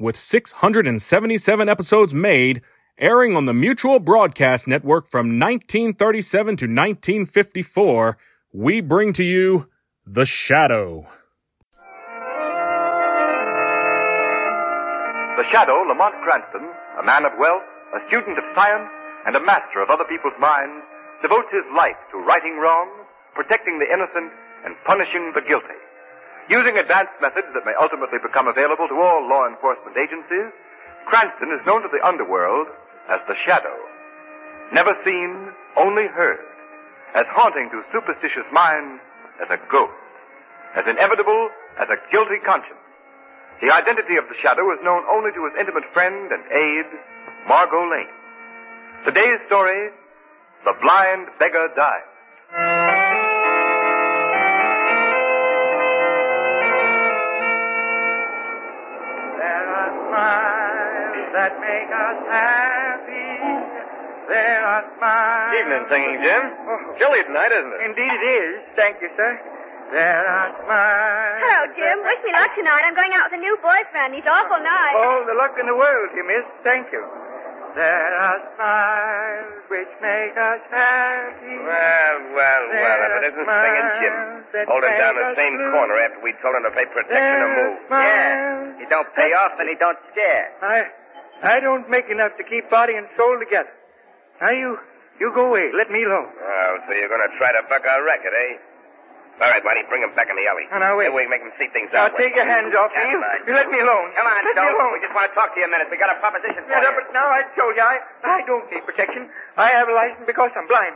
with 677 episodes made, airing on the Mutual Broadcast Network from 1937 to 1954, we bring to you The Shadow. The shadow, Lamont Cranston, a man of wealth, a student of science, and a master of other people's minds, devotes his life to righting wrongs, protecting the innocent, and punishing the guilty. Using advanced methods that may ultimately become available to all law enforcement agencies, Cranston is known to the underworld as the Shadow. Never seen, only heard. As haunting to superstitious minds as a ghost. As inevitable as a guilty conscience. The identity of the shadow is known only to his intimate friend and aide, Margot Lane. Today's story The Blind Beggar Dies. There are smiles that make us happy. There are smiles. Evening singing, Jim. Oh. Chilly tonight, isn't it? Indeed it is. Thank you, sir. There are smiles. Hello, Jim. Wish me luck tonight. I'm going out with a new boyfriend. He's awful nice. Oh. All Oh, the luck in the world, you miss. Thank you. There are smiles which make us happy. Well, well, There well, if it are isn't singing Jim. smiles that Holding down make the us same blue. corner after we told him to pay protection to There are move. smiles. He don't pay off and he don't stare. I, I don't make enough to keep body and soul together. Now you, you go away. Let me alone. Oh, so you're going to try to buck our record, eh? All right, Buddy, bring him back in the alley. Oh, now, wait. Maybe we can make him see things Now out. take your hands off me. You let me alone. Come on, let me Doe. alone. We just want to talk to you a minute. We got a proposition for Yeah, you. but now I told you, I, I don't need protection. I have a license because I'm blind.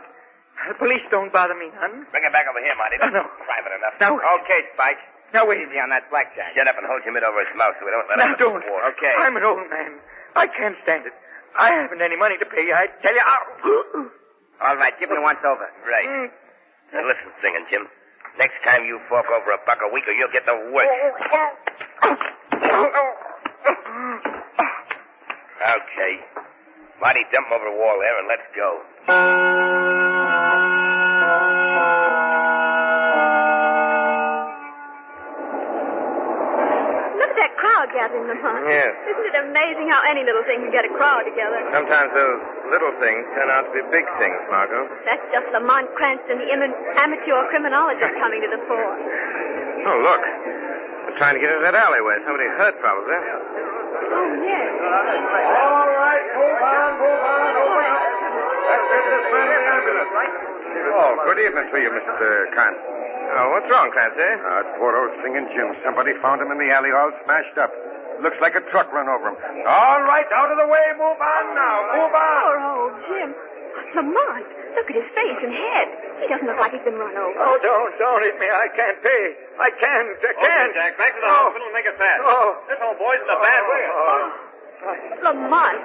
The police don't bother me none. Bring him back over here, Marty. Oh, no. Private enough. Now, wait. okay, Spike. Now, wait. Easy on that blackjack. Shut up and hold your mitt over his mouth so we don't let Now, him. don't. Okay. I'm an old man. I can't stand it. I haven't any money to pay, I tell you. Ow. All right, give me once over. Right. Mm. Now, listen, singing Jim. Next time you fork over a buck a week, or you'll get the worst. Oh, Okay. Marty, dump him over the wall there and let's go. Look at that crowd gathering, Lamont. Yes. Isn't it amazing how any little thing can get a crowd together? Sometimes those little things turn out to be big things, Margot. That's just Lamont Cranston, the Im- amateur criminologist, coming to the fore. Oh, look. They're trying to get into that alleyway. Somebody eh? hurt, probably. Oh, yes. All right, move on, move on, move on. Let's get this man in the ambulance. Oh, good evening to you, Mr. Cranston. Oh, what's wrong, Cranston? Uh, poor old singing Jim. Somebody found him in the alley all smashed up. Looks like a truck run over him. All right, out of the way. Move on now. Move on. Poor old Jim. Lamont, look at his face and head. He doesn't look like he's been run over. Oh, don't, don't hit me. I can't pay. I can't, I can't. back to the Oh. hospital and make it fast. Oh. This old boy's in a bad way. Lamont,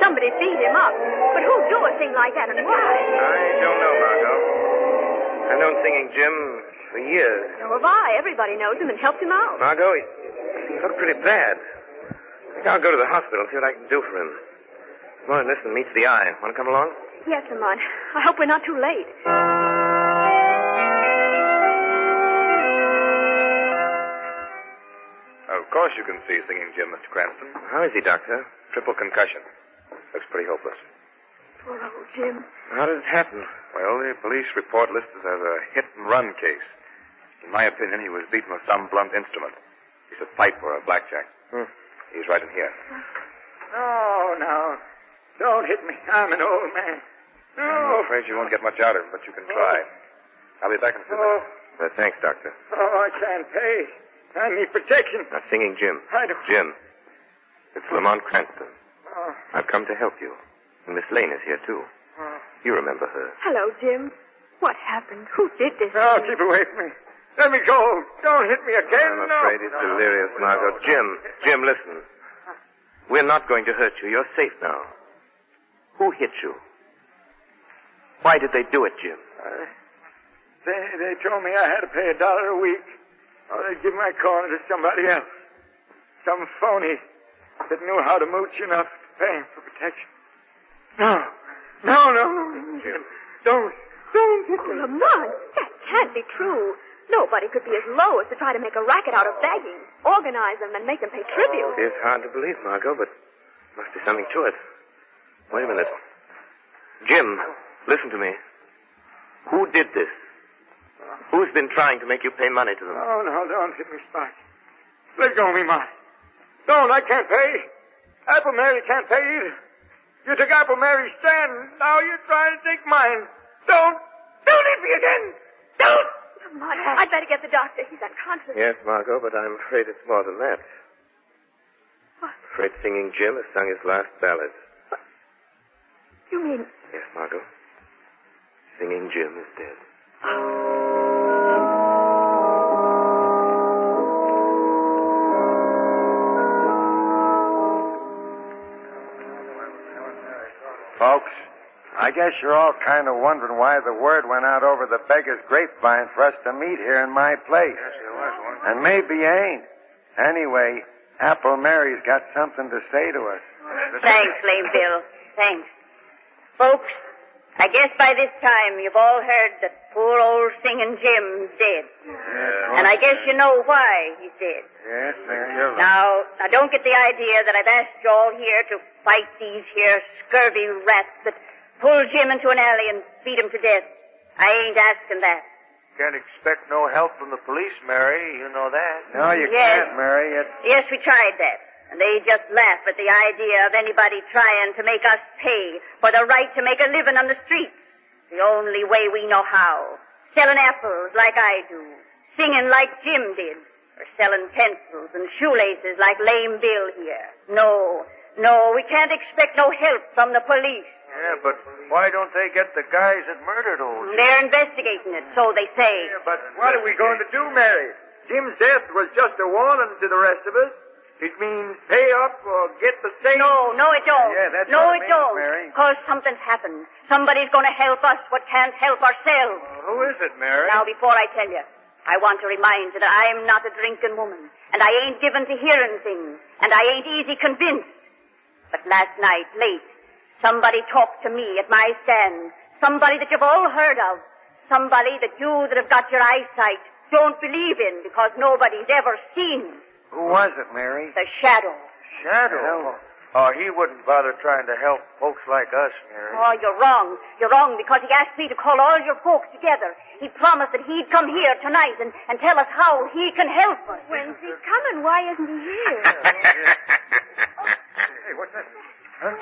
somebody beat him up. But who do a thing like that and why? I don't know, Margot. I've known Singing Jim for years. So have I. Everybody knows him and helps him out. Margot, he, he looked pretty bad. I think I'll go to the hospital and see what I can do for him. Come on, listen, meets the eye. Want to come along? Yes, Lamont. I hope we're not too late. Of course you can see Singing Jim, Mr. Cranston. How is he, Doctor? Triple concussion. Looks pretty hopeless. Poor old Jim. How did it happen? Well, the police report lists it as a hit and run case. In my opinion, he was beaten with some blunt instrument. It's a pipe or a blackjack. He's right in here. No, no. Don't hit me. I'm an old man. No. Oh, I'm afraid you won't get much out of him, but you can try. I'll be back in a few Oh. minutes. Uh, thanks, Doctor. Oh, I can't pay. I need protection. Now, singing Jim. I don't. Jim, it's Lamont Cranston. Oh, I've come to help you. And Miss Lane is here, too. oh. You remember her. Hello, Jim. What happened? Who did this? No, keep away from me. Let me go. Don't hit me again. I'm no. afraid he's delirious, Margot. Jim, Jim, listen. We're not going to hurt you. You're safe now. Who hit you? Why did they do it, Jim? They, they told me I had to pay a dollar a week, or they'd give my corner to somebody else. Some phony that knew how to mooch enough to pay him for protection. No, no, no, no, no, Jim. Don't, don't. Oh, Lamont, that can't be true. Nobody could be as low as to try to make a racket out of bagging, organize them, and make them pay tribute. It's hard to believe, Margot, but must be something to it. Wait a minute. Jim, listen to me. Who did this? Who's been trying to make you pay money to them? Oh, no, don't hit me, Spike. Let go of me, Mark. Don't, I can't pay. Apple Mary can't pay either. You took Apple Mary's stand. Now you're trying to take mine. Don't, don't hit me again. Don't. Lamont, I'd better get the doctor. He's unconscious. Yes, Margot, but I'm afraid it's more than that. Afraid Singing Jim has sung his last ballad. You mean Yes, Margot. Singing Jim is dead. Folks, I guess you're all kind of wondering why the word went out over the beggar's grapevine for us to meet here in my place. And maybe ain't. Anyway, Apple Mary's got something to say to us. Thanks, Lame Bill. Thanks. Folks, I guess by this time you've all heard that poor old singing Jim's dead. And I guess you know why he's dead. Yes, Mary, you're right. Now, now don't get the idea that I've asked you all here to fight these here scurvy rats that pull Jim into an alley and beat him to death. I ain't asking that. Can't expect no help from the police, Mary. You know that. No, you Yes. can't, Mary. It's Yes, we tried that. And they just laugh at the idea of anybody trying to make us pay for the right to make a living on the streets. The only way we know how. Selling apples like I do. Singing like Jim did. Or selling pencils and shoelaces like Lame Bill here. No. No, we can't expect no help from the police. Yeah, but why don't they get the guys that murdered old Jim? They're investigating it, so they say. But What are we going to do, Mary? Jim's death was just a warning to the rest of us. It means pay up or get the same. No, no, it don't. Yeah, that's no, what I it mean, don't. Mary. Because something's happened. Somebody's going to help us what can't help ourselves. Who is it, Mary? Now, before I tell you, I want to remind you that I'm not a drinking woman, and I ain't given to hearing things, and I ain't easy convinced. But last night, late, somebody talked to me at my stand. Somebody that you've all heard of. Somebody that you that have got your eyesight don't believe in because nobody's ever seen. Who was it, Mary? The shadow. Shadow. Oh, he wouldn't bother trying to help folks like us, Mary. Oh, you're wrong. You're wrong because he asked me to call all your folks together. He promised that he'd come here tonight and, and tell us how he can help us. When's he coming? Why isn't he here? Hey, what's that?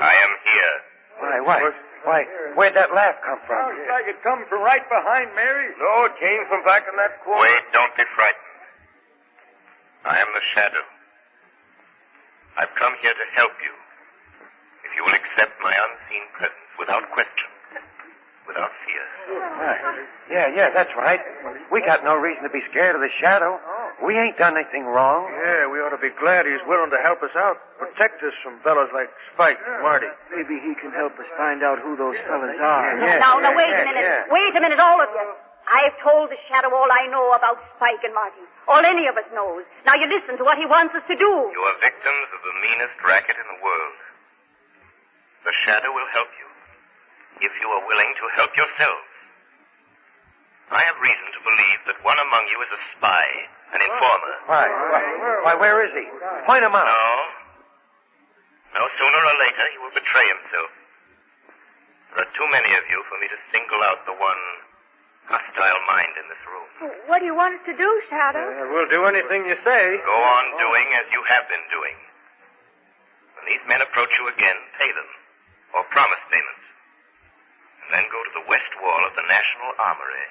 I am here. Why, why? Why? Where'd that laugh come from? Oh, It's like it come from right behind Mary. No, it came from back in that corner. Wait, don't be frightened. I am the Shadow. I've come here to help you. If you will accept my unseen presence without question, without fear. Yeah, yeah, that's right. We got no reason to be scared of the shadow. Oh. We ain't done anything wrong. Yeah, we ought to be glad he's willing to help us out, protect us from fellas like Spike and Marty. Maybe he can help us find out who those fellas are. now, now, wait a yeah, minute. yeah. Wait a minute, all of you. I've told the shadow all I know about Spike and Marty. All any of us knows. Now you listen to what he wants us to do. You are victims of the meanest racket in the world. The Shadow will help you if you are willing to help yourselves. I have reason to believe that one among you is a spy, an informer. Why? Why, why where is he? Point him out. No. No sooner or later he will betray himself. There are too many of you for me to single out the one hostile mind in this room. What do you want us to do, Shadow? we'll do anything you say. Go on doing as you have been doing. When these men approach you again, pay them, or promise payments. And then go to the west wall of the National Armory.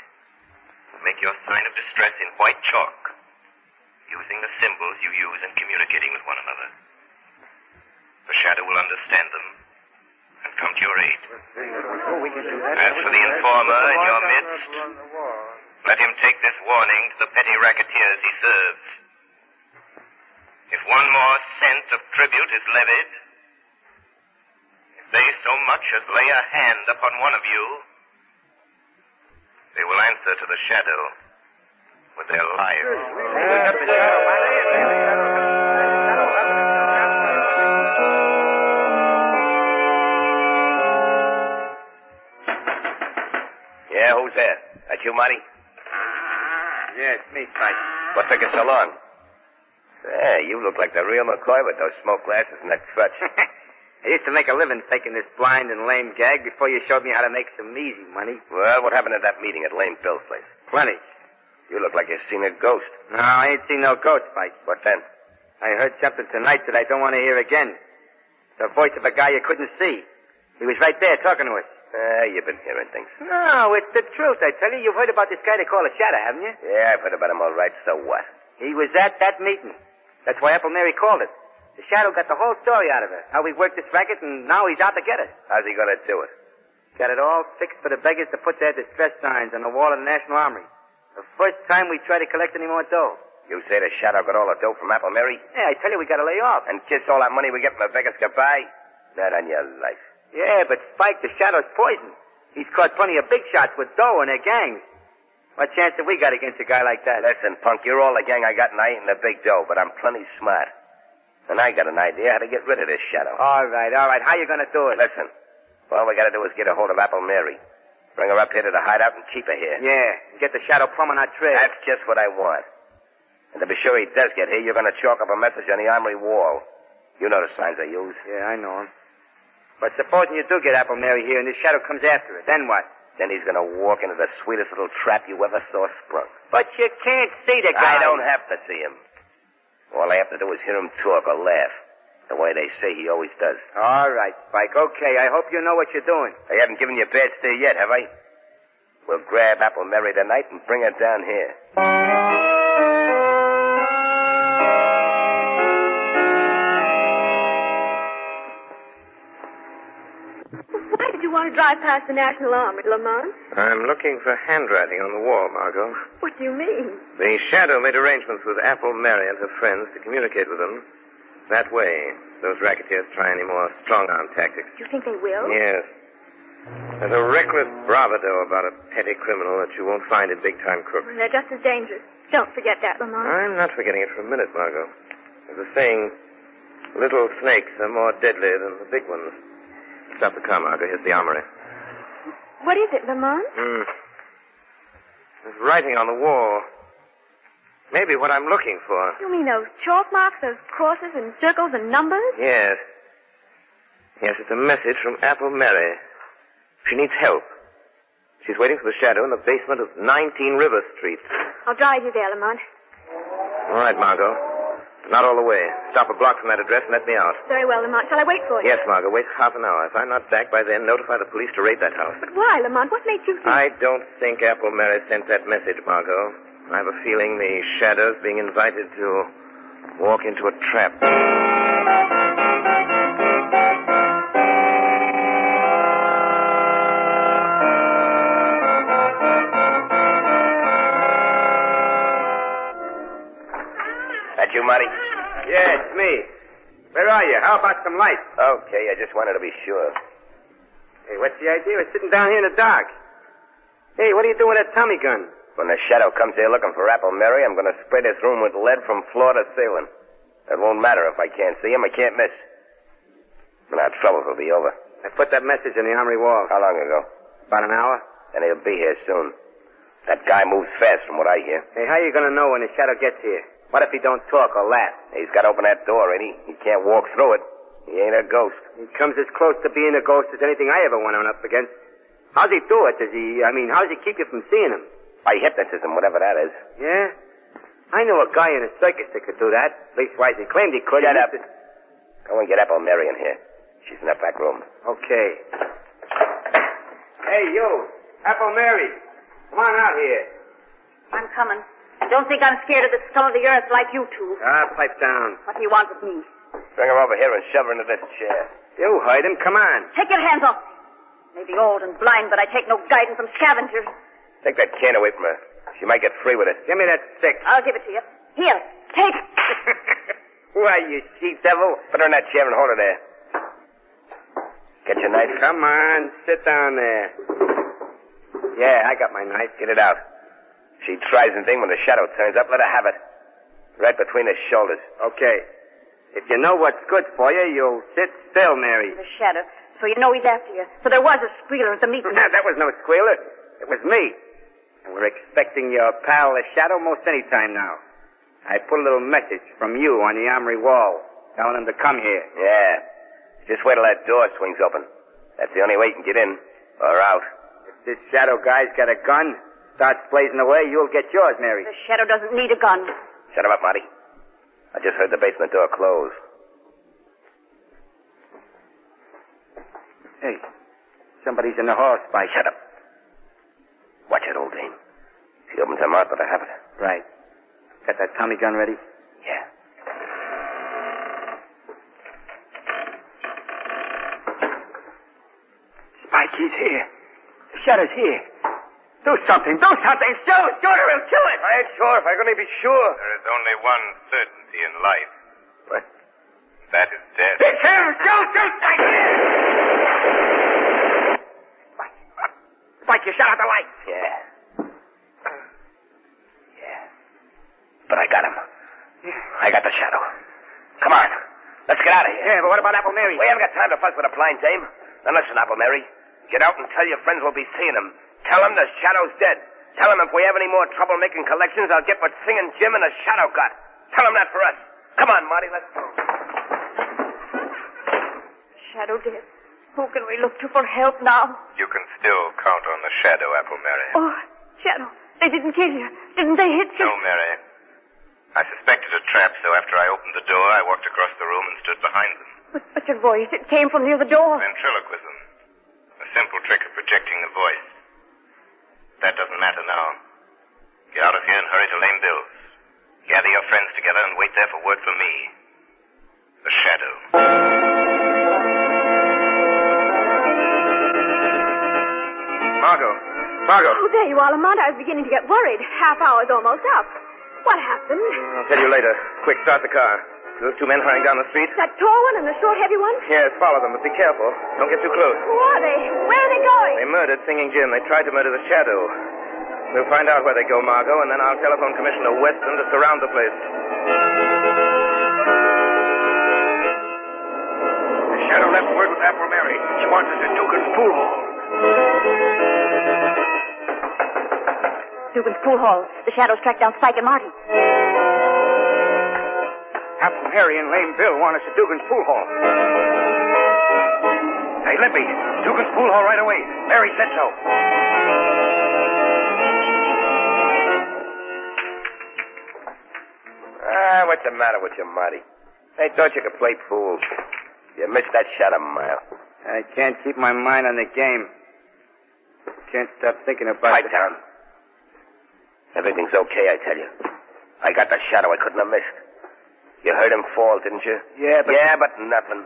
Make your sign of distress in white chalk, using the symbols you use in communicating with one another. The shadow will understand them and come to your aid. As for the informer in your midst, let him take this warning to the petty racketeers he serves. If one more cent of tribute is levied, if they so much as lay a hand upon one of you, they will answer to the shadow with their lives. Yeah, who's there? That you, Marty? Yeah, it's me, Spike. What took you so long? Yeah, you look like the real McCoy with those smoke glasses and that crutch. I used to make a living faking this blind and lame gag before you showed me how to make some easy money. well, what happened at that meeting at Lame Bill's place? Plenty. You look like you've seen a ghost. No, I ain't seen no ghost, Spike. What then? I heard something tonight that I don't want to hear again. The voice of a guy you couldn't see. He was right there talking to us. Ah, you've been hearing things. No, it's the truth, I tell you. You've heard about this guy they call a shadow, haven't you? Yeah, I've heard about him all right, so what? He was at that meeting. That's why Apple Mary called it. The shadow got the whole story out of her. How we worked this racket, and now he's out to get us. How's he gonna do it? Got it all fixed for the beggars to put their distress signs on the wall of the National Armory. The first time we try to collect any more dough. You say the shadow got all the dough from Apple Mary? Yeah, I tell you, we gotta lay off. And kiss all that money we get from the Vegas goodbye? Not on your life. Yeah, but Spike, the shadow's poison. He's caught plenty of big shots with dough and their gangs. What chance have we got against a guy like that? Listen, punk, you're all the gang I got, and I ain't the big dough, but I'm plenty smart. And I got an idea how to get rid of this shadow. All right, all right. How you gonna do it? Listen, all we gotta do is get a hold of Apple Mary. Bring her up here to the hideout and keep her here. Yeah, get the shadow plumb on our trail. That's just what I want. And to be sure he does get here, you're gonna chalk up a message on the armory wall. You know the signs I use. Yeah, I know him. But supposing you do get Apple Mary here and this shadow comes after us, then what? Then he's gonna walk into the sweetest little trap you ever saw sprung. But you can't see the I guy. don't have to see him. All I have to do is hear him talk or laugh. The way they say he always does. All right, Spike. Okay, I hope you know what you're doing. I haven't given you a bad steer yet, have I? We'll grab Apple Mary tonight and bring her down here. Why did you want to drive past the National Armory, Lamont? I'm looking for handwriting on the wall, Margot. What do you mean? The shadow made arrangements with Apple Mary and her friends to communicate with them. That way, those racketeers try any more strong arm tactics. Do you think they will? Yes. There's a reckless bravado about a petty criminal that you won't find in big time crooks. Mm, They're just as dangerous. Don't forget that, Lamont. I'm not forgetting it for a minute, Margot. There's a saying little snakes are more deadly than the big ones. Stop the car, Margot. Here's the armory. What is it, Lamont? Hmm. There's writing on the wall. Maybe what I'm looking for. You mean those chalk marks, those crosses and circles and numbers? Yes. Yes, it's a message from Apple Mary. She needs help. She's waiting for the shadow in the basement of 19 River Street. I'll drive you there, Lamont. All right, Margot. Not all the way. Stop a block from that address and let me out. Very well, Lamont. Shall I wait for you? Yes, Margot. Wait half an hour. If I'm not back by then, notify the police to raid that house. But why, Lamont? What made you think? I don't think Apple Mary sent that message, Margot. I have a feeling the shadow's being invited to walk into a trap. That you, Marty? Yeah, it's me. Where are you? How about some light? Okay, I just wanted to be sure. Hey, what's the idea? We're sitting down here in the dark. Hey, what are you doing with that Tommy gun? When the shadow comes here looking for Apple Mary, I'm gonna spray this room with lead from floor to ceiling. It won't matter if I can't see him. I can't miss. And our troubles will be over. I put that message in the armory wall. How long ago? About an hour. And he'll be here soon. That guy moves fast from what I hear. Hey, how are you gonna know when the shadow gets here? What if he don't talk or laugh? He's got to open that door, ain't he? He can't walk through it. He ain't a ghost. He comes as close to being a ghost as anything I ever went on up against. How's he do it? Does he, I mean, how does he keep you from seeing him? By hypnotism, whatever that is. Yeah? I knew a guy in a circus that could do that. Leastwise, he claimed he could. Shut He up. used to- Go and get Apple Mary in here. She's in that back room. Okay. Hey, you. Apple Mary. Come on out here. I'm coming. Don't think I'm scared of the scum of the earth like you two. Ah, pipe down. What do you want with me? Bring her over here and shove her into this chair. You heard him. Come on. Take your hands off me. Maybe old and blind, but I take no guidance from scavengers. Take that can away from her. She might get free with it. Give me that stick. Ah. I'll give it to you. Here, take. Why, you she devil. Put her in that chair and hold her there. Get your knife. Come on, sit down there. Yeah, I got my knife. Get it out. She tries and thing when the shadow turns up. Let her have it. Right between his shoulders. Okay. If you know what's good for you, you'll sit still, Mary. The shadow. So you know he's after you. So there was a squealer at the meeting. that was no squealer. It was me. And we're expecting your pal, the shadow, most any time now. I put a little message from you on the armory wall, telling him to come here. Yeah. Just wait till that door swings open. That's the only way you can get in or out. This shadow guy's got a gun. Starts blazing away, you'll get yours, Mary. The shadow doesn't need a gun. Shut him up, Marty. I just heard the basement door close. Hey, somebody's in the hall, Spike. Shut up. Watch it, old dame. She opens her mouth, but I have it. Right. Got that Tommy gun ready? Yeah. Spike, he's here. The shadow's here. Do something. Do something. Shoot. Shoot or he'll kill it. I ain't sure if I could be sure. There is only one certainty in life. What? That is death. It's him. Shoot. Shoot. Spike. Spike, you shut out the light. Yeah. Yeah. But I got him. I got the shadow. Come on. Let's get out of here. Yeah, but what about Apple Mary? We haven't got time to fuss with a blind dame. Now listen, Apple Mary. Get out and tell your friends we'll be seeing him. Tell them the shadow's dead. Tell them if we have any more trouble making collections, I'll get what Singing Jim and the shadow got. Tell them that for us. Come on, Marty, let's go. Shadow dead. Who can we look to for help now? You can still count on the shadow, Apple Mary. Oh, Shadow, they didn't kill you. Didn't they hit you? No, Mary. I suspected a trap, so after I opened the door, I walked across the room and stood behind them. But, but your voice, it came from near the door. Ventriloquism. A simple trick of projecting the voice. That doesn't matter now. Get out of here and hurry to Lame Bill's. Gather your friends together and wait there for word from me. The shadow. Margot. Margot. Oh, there you are, Lamont. I was beginning to get worried. Half hour's almost up. What happened? I'll tell you later. Quick, start the car. Those two men hurrying down the street? That tall one and the short, heavy one? Yes, follow them, but be careful. Don't get too close. Who are they? Where are they going? They murdered Singing Jim. They tried to murder the shadow. We'll find out where they go, Margot, and then I'll telephone Commissioner Weston to surround the place. The shadow left word with Apple Mary. She wants us at Dugan's pool hall. Dugan's pool hall. The shadows tracked down Spike and Marty. Apple Mary and Lame Bill want us at Dugan's pool hall. Hey, Lippy. Dugan's pool hall right away. Mary said so. Ah, what's the matter with you, Marty? They thought you could play pool. You missed that shot a mile. I can't keep my mind on the game. Can't stop thinking about Pipe it. down. Everything's okay, I tell you. I got the shadow I couldn't have missed. You heard him fall, didn't you? Yeah, but- Yeah, but nothing.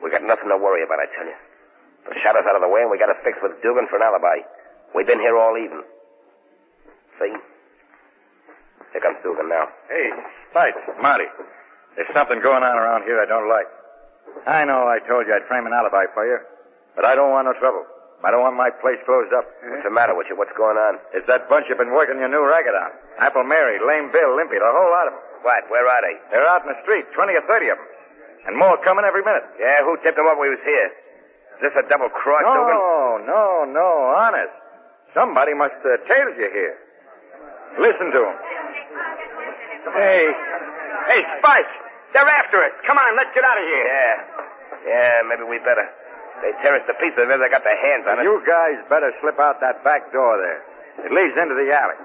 We got nothing to worry about, I tell you. The shadow's out of the way, and we got it fixed with Dugan for an alibi. We've been here all even. See? Here comes Dugan now. Hey, Spike. Marty. There's something going on around here I don't like. I know I told you I'd frame an alibi for you, but I don't want no trouble. I don't want my place closed up. What's the matter with you? What's going on? It's that bunch you've been working your new racket on. Apple Mary, Lame Bill, Limpy, the whole lot of them. What? Where are they? They're out in the street, 20 or 30 of them. And more coming every minute. Yeah, who tipped him off we was here? Is this a double cross, no, Dugan? no, no, honest. Somebody must uh, tailed you here. Listen to him. Hey. Hey, Spike. They're after us. Come on, let's get out of here. Yeah. Yeah, maybe we better. They tear us to pieces if they got their hands on us. You guys better slip out that back door there. It leads into the alley.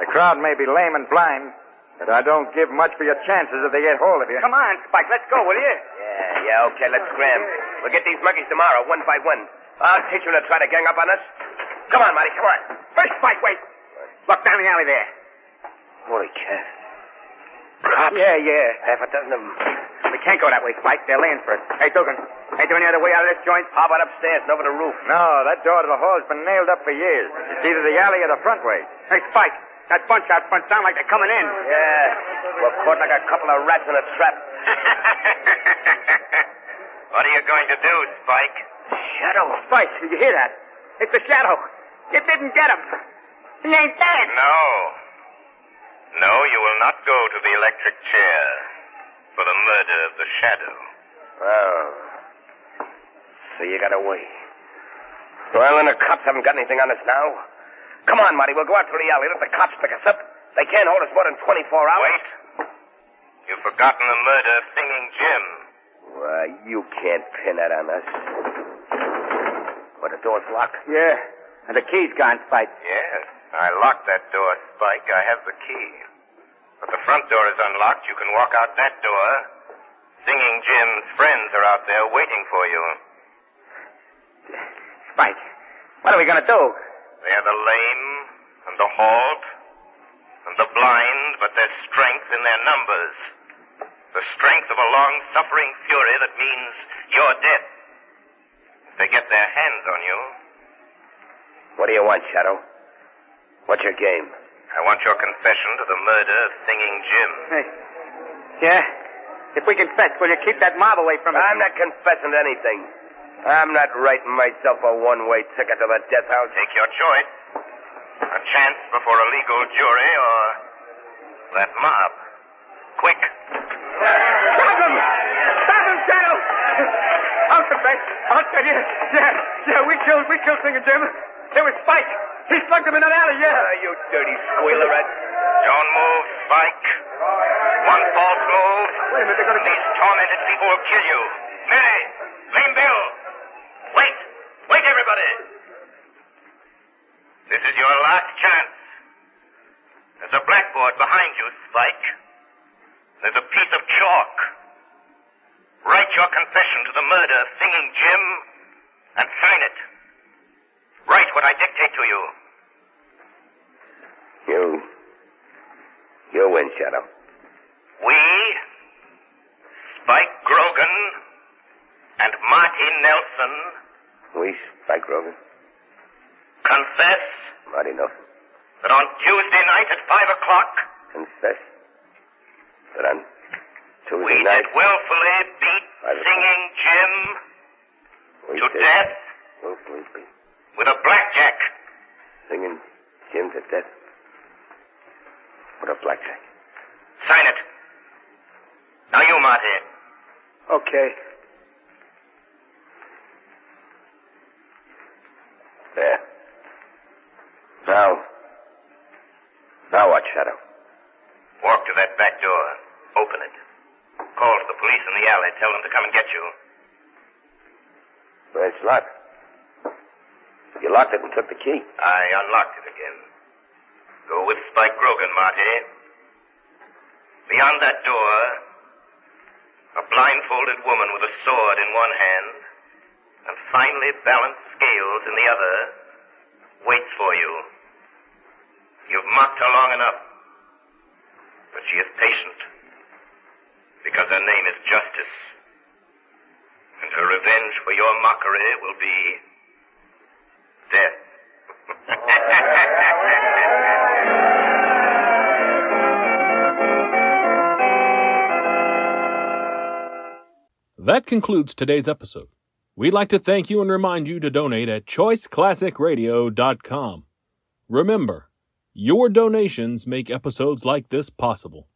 The crowd may be lame and blind, but I don't give much for your chances if they get hold of you. Come on, Spike. Let's go, will you? Yeah, yeah, okay, let's scram. We'll get these monkeys tomorrow, one by one. Ah, I'll teach them to try to gang up on us. Come on, Marty, come on. First, Spike, wait. Look down the alley there. Holy cat. Cops. Yeah, yeah. Half a dozen of them. We can't go that way, Spike. They're laying for us. Hey, Dugan. Ain't there any other way out of this joint? How about upstairs and over the roof? No, that door to the hall's been nailed up for years. It's either the alley or the front way. Hey, Spike. That bunch out front sound like they're coming in. Yeah. We're caught like a couple of rats in a trap. What are you going to do, Spike? Shadow. Spike, you hear that? It's the shadow. It didn't get him. He ain't dead. No. No, you will not go to the electric chair for the murder of the shadow. Oh. Well, so you got away. Well, and the cops haven't got anything on us now. Come on, Marty, we'll go out to the alley. Let the cops pick us up. They can't hold us more than 24 hours. Wait. You've forgotten the murder of Singing Jim. Why, you can't pin that on us. But the door's locked. Yeah. And the key's gone, Spike. Yes, I locked that door, Spike. I have the key. But the front door is unlocked. You can walk out that door. Singing Jim's friends are out there waiting for you. Spike, what are we going to do? They are the lame and the halt and the blind, but there's strength in their numbers. The strength of a long suffering fury that means you're dead. If they get their hands on you, What do you want, Shadow? What's your game? I want your confession to the murder of Singing Jim. Hey. Yeah? If we confess, will you keep that mob away from us? I'm not confessing to anything. I'm not writing myself a one-way ticket to the death house. Take your choice. A chance before a legal jury or that mob. Quick. Stop him! Stop him, Shadow! I'll confess. I'll tell you. Yeah, yeah, we killed, we killed Singer Jim. It was Spike. He slugged him in an alley, yeah. Uh, you dirty squealerette. Don't move, Spike. One false move. Wait a minute, they're gonna... These tormented people will kill you. Mary, Lame Bill. Wait. Wait, everybody. This is your last chance. There's a blackboard behind you, Spike. There's a piece of chalk. Write your confession to the murder of Singing Jim and sign it. Write what I dictate to you. You. You win, Shadow. We, Spike Grogan, and Marty Nelson We, Spike Rogan. confess Marty Nelson. that on Tuesday night at 5 o'clock, Confess. But on Tuesday we night. did willfully beat I don't- Singing Jim we to did death Willfully beat with a blackjack. Singing Jim to death. With a blackjack. Sign it. Now you, Marty. Okay. There. Now. Now what, Shadow? Walk to that back door. Open it. Call to the police in the alley. Tell them to come and get you. Well, it's locked. You locked it and took the key. I unlocked it again. Go with Spike Grogan, Marty. Beyond that door, a blindfolded woman with a sword in one hand and finely balanced scales in the other waits for you. You've mocked her long enough, but she is patient because her name is Justice. And her revenge for your mockery will be death. That concludes today's episode. We'd like to thank you and remind you to donate at choiceclassicradio.com. Remember, your donations make episodes like this possible.